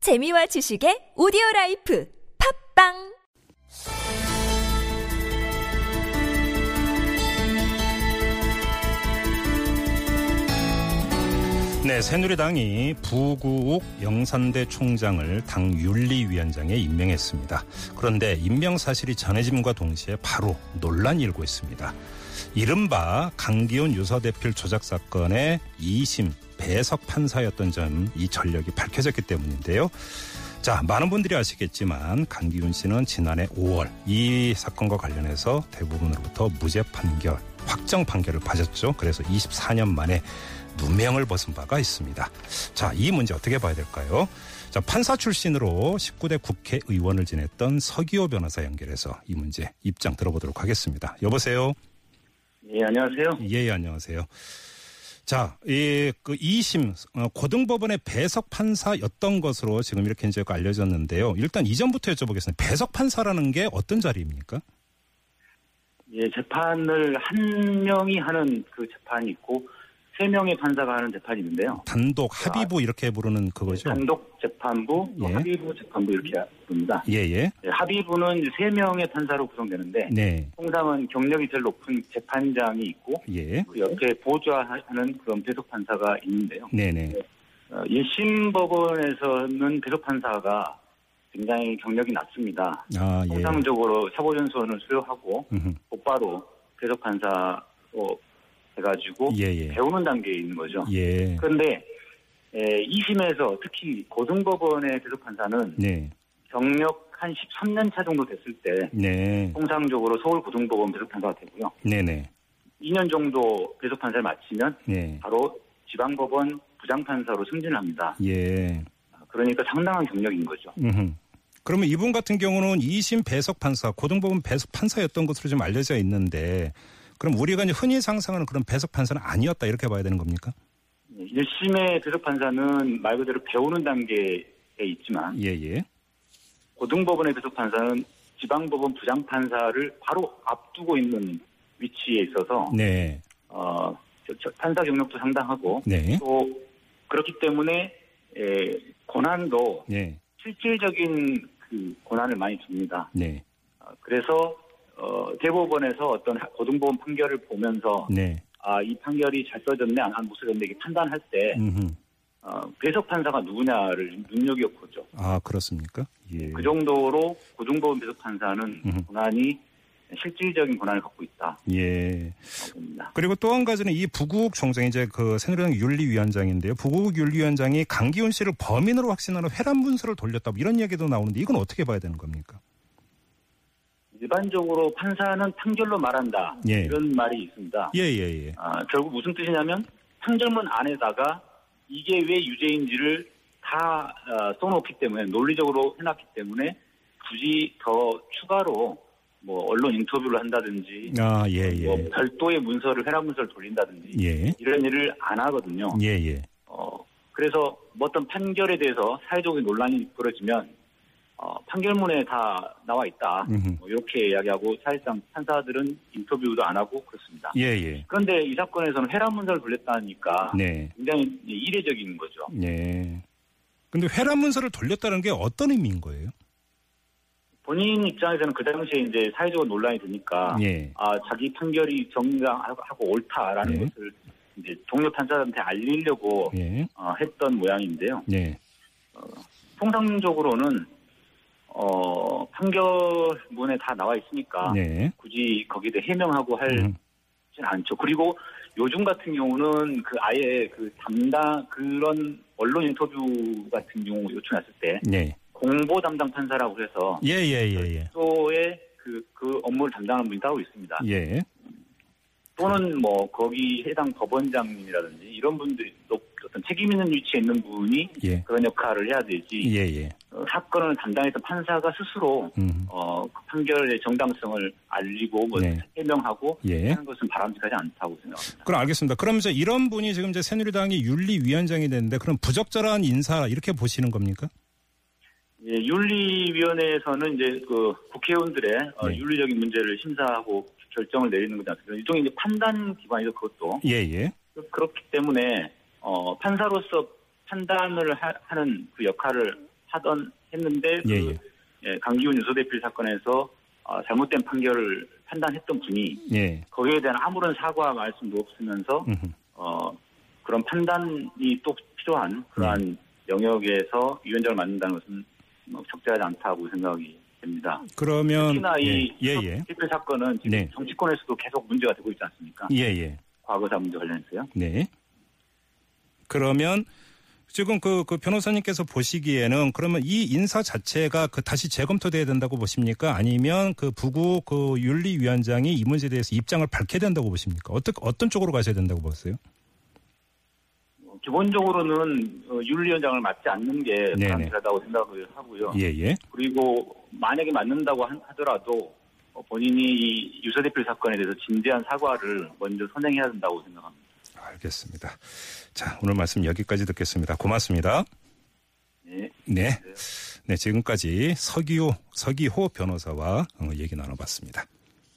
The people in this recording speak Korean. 재미와 지식의 오디오 라이프 팝빵 네, 새누리당이 부구옥 영산대 총장을 당 윤리위원장에 임명했습니다. 그런데 임명 사실이 전해짐과 동시에 바로 논란이 일고 있습니다. 이른바 강기훈 유서대필 조작 사건의 2심 배석 판사였던 점 이 전력이 밝혀졌기 때문인데요. 자, 많은 분들이 아시겠지만 강기훈 씨는 지난해 5월 이 사건과 관련해서 대부분으로부터 무죄 판결, 확정 판결을 받았죠. 그래서 24년 만에 누명을 벗은 바가 있습니다. 자, 이 문제 어떻게 봐야 될까요? 자, 판사 출신으로 19대 국회의원을 지냈던 서기호 변호사 연결해서 이 문제 입장 들어보도록 하겠습니다. 여보세요? 예, 안녕하세요. 예, 안녕하세요. 자, 이, 그 2심, 어, 고등법원의 배석 판사였던 것으로 지금 이렇게 이제 그 알려졌는데요. 일단 이전부터 여쭤보겠습니다. 배석 판사라는 게 어떤 자리입니까? 예, 재판을 한 명이 하는 그 재판이 있고 세 명의 판사가 하는 재판이 있는데요. 단독 합의부 이렇게 부르는 그거죠? 단독 재판부, 또 예. 합의부 재판부 이렇게 부릅니다. 예, 예. 예, 합의부는 이제 세 명의 판사로 구성되는데 네. 통상은 경력이 제일 높은 재판장이 있고 예. 그 옆에 보좌하는 그런 배석 판사가 있는데요. 네네. 어, 1심 법원에서는 배석 판사가 굉장히 경력이 낮습니다. 아, 예. 통상적으로 사보 전소원을 수여하고 음흠. 곧바로 배석 판사로 해가지고 예, 예. 배우는 단계에 있는 거죠. 예. 그런데 예, 2심에서 특히 고등법원의 대속 판사는 네. 경력 한 13년 차 정도 됐을 때 네. 통상적으로 서울 고등법원 대속 판사가 되고요. 네네. 2년 정도 대속 판사를 마치면 네. 바로 지방법원 부장판사로 승진합니다. 예. 그러니까 상당한 경력인 거죠. 음흠. 그러면 이분 같은 경우는 2심 배석 판사, 고등법원 배석 판사였던 것으로 좀 알려져 있는데, 그럼 우리가 이제 흔히 상상하는 그런 배석 판사는 아니었다 이렇게 봐야 되는 겁니까? 예, 1심의 대속 판사는 말 그대로 배우는 단계에 있지만 예, 예. 고등법원의 배속 판사는 지방법원 부장판사를 바로 앞두고 있는 위치에 있어서 네, 어, 저- 저 판사 경력도 상당하고 네, 또 그렇기 때문에 에, 권한도 네, 실질적인 그 권한을 많이 줍니다. 네, 어, 그래서 어, 대법원에서 어떤 하- 고등법원 판결을 보면서 네. 아 이 판결이 잘 써졌네 안, 안 써졌네 이렇게 판단할 때 음흠. 어, 배석 판사가 누구냐를 눈여겨 보죠. 아, 그렇습니까? 예. 그 정도로 고등법원 배석 판사는 음. 권한이 실질적인 권한을 갖고 있다. 예. 봅니다. 그리고 또 한 가지는 이 부국 총장이 이제 그 새누리당 윤리위원장인데요. 부국 윤리위원장이 강기훈 씨를 범인으로 확신하는 회란 문서를 돌렸다 뭐 이런 얘기도 나오는데 이건 어떻게 봐야 되는 겁니까? 일반적으로 판사는 판결로 말한다 예. 이런 말이 있습니다. 예, 예, 예. 아, 결국 무슨 뜻이냐면 판결문 안에다가 이게 왜 유죄인지를 다 어, 써놓기 때문에 논리적으로 해놨기 때문에 굳이 더 추가로 뭐 언론 인터뷰를 한다든지 아, 예, 예. 뭐 별도의 문서를 회람 문서를 돌린다든지 예. 이런 일을 안 하거든요. 예, 예. 어, 그래서 뭐 어떤 판결에 대해서 사회적인 논란이 벌어지면 어, 판결문에 다 나와 있다. 음흠. 뭐 이렇게 이야기하고 사실상 판사들은 인터뷰도 안 하고 그렇습니다. 예, 예. 그런데 이 사건에서는 회란 문서를 돌렸다니까 네. 굉장히 이례적인 거죠. 네. 근데 회란 문서를 돌렸다는 게 어떤 의미인 거예요? 본인 입장에서는 그 당시에 이제 사회적으로 논란이 되니까 예. 아 자기 판결이 정당하고 옳다라는 네. 것을 이제 동료 판사한테 알리려고 예. 어, 했던 모양인데요. 네. 통상적으로는 어, 판결문에 다 나와 있으니까 네. 굳이 거기에 대해 해명하고 할 음. 진 않죠. 그리고 요즘 같은 경우는 그 아예 그 담당 그런 언론 인터뷰 같은 경우 요청했을 때 네. 공보 담당 판사라고 해서 예, 예, 예, 예. 또의 그, 그 업무를 담당하는 분이 따로 있습니다. 예. 또는 뭐 거기 해당 법원장님이라든지 이런 분들이 또 어떤 책임 있는 위치에 있는 분이 예. 그런 역할을 해야 되지 예, 예. 어, 사건을 담당했던 판사가 스스로 음. 어, 그 판결의 정당성을 알리고 뭐 네. 해명하고 예. 하는 것은 바람직하지 않다고 생각합니다. 그럼 알겠습니다. 그럼 이제 이런 분이 지금 이제 새누리당이 윤리위원장이 됐는데 그럼 부적절한 인사 이렇게 보시는 겁니까? 예, 윤리위원회에서는 이제 그 국회의원들의 어, 네. 윤리적인 문제를 심사하고 결정을 내리는 거지 않습니까? 일종의 이제 판단 기관이죠, 그것도. 예, 예. 그- 그렇기 때문에, 어, 판사로서 판단을 하, 는그 역할을 하던 했는데 그, 예, 예. 예, 강기훈 유소대필 사건에서 어, 잘못된 판결을 판단했던 분이 예. 거기에 대한 아무런 사과 말씀도 없으면서 음흠. 어, 그런 판단이 또 필요한 그러한 네. 영역에서 위원장을 맡는다는 것은 뭐 적절하지 않다고 생각이 됩니다. 그러면 특히나 이 음, 예, 예. 대필 사건은 지금 네. 정치권에서도 계속 문제가 되고 있지 않습니까? 예, 예. 과거사 문제 관련해서요. 네. 그러면 지금 그, 그 변호사님께서 보시기에는 그러면 이 인사 자체가 그 다시 재검토돼야 된다고 보십니까? 아니면 그 부구 그 윤리위원장이 이 문제에 대해서 입장을 밝혀야 된다고 보십니까? 어떤 어떤 쪽으로 가셔야 된다고 보세요? 어, 기본적으로는 어, 윤리위원장을 맡지 않는 게 네네. 바람직하다고 생각을 하고요. 예, 예. 그리고 만약에 맞는다고 한- 하더라도 어, 본인이 이 유서대필 사건에 대해서 진지한 사과를 먼저 선행해야 된다고 생각합니다. 알겠습니다. 자, 오늘 말씀 여기까지 듣겠습니다. 고맙습니다. 네. 네. 네, 지금까지 서기호 서기호 변호사와 어, 얘기 나눠봤습니다.